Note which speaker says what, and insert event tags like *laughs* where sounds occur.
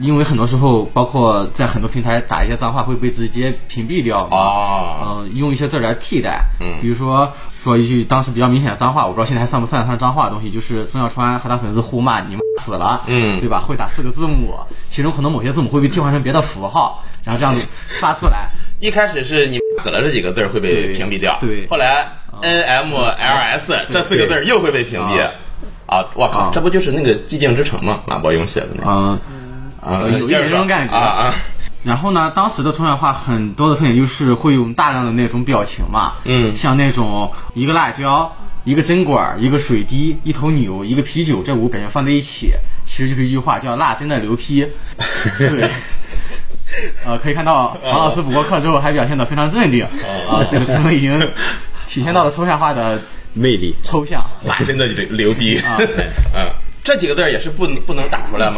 Speaker 1: 因为很多时候，包括在很多平台打一些脏话会被直接屏蔽掉嘛，
Speaker 2: 哦
Speaker 1: 呃，用一些字儿来替代，
Speaker 2: 嗯
Speaker 1: 比如说说一句当时比较明显的脏话，我不知道现在还算不算得上脏话的东西，就是孙小川和他粉丝互骂你妈死了，
Speaker 2: 嗯
Speaker 1: 对吧？会打四个字母，其中可能某些字母会被替换成别的符号，然后这样子发出来，
Speaker 2: 一开始是你死了这几个字儿会被屏蔽掉，
Speaker 1: 对对嗯
Speaker 2: 后来 N M L S 这四个字儿又会被屏蔽
Speaker 1: 啊。
Speaker 2: 啊，我靠
Speaker 1: 啊，
Speaker 2: 这不就是那个《寂静之城》吗？马伯庸写的那个
Speaker 1: 嗯、
Speaker 2: 啊
Speaker 1: 有一
Speaker 2: 接着
Speaker 1: 点
Speaker 2: 说
Speaker 1: 这种感觉
Speaker 2: 啊啊，
Speaker 1: 然后呢，当时的春晚话很多的特点就是会用大量的那种表情嘛，
Speaker 2: 嗯
Speaker 1: 像那种一个辣椒、一个针管、一个水滴、一头牛、一个啤酒这五个表情放在一起，其实就是一句话叫“辣真的牛批”，对。呃，可以看到王老师补过课之后还表现得非常镇定，啊、这个成分已经体现到了抽象化的
Speaker 3: 魅力。
Speaker 1: 抽象。
Speaker 2: 那真的牛牛逼，
Speaker 1: 啊
Speaker 2: *laughs* 嗯，这几个字儿也是不不能打出来吗？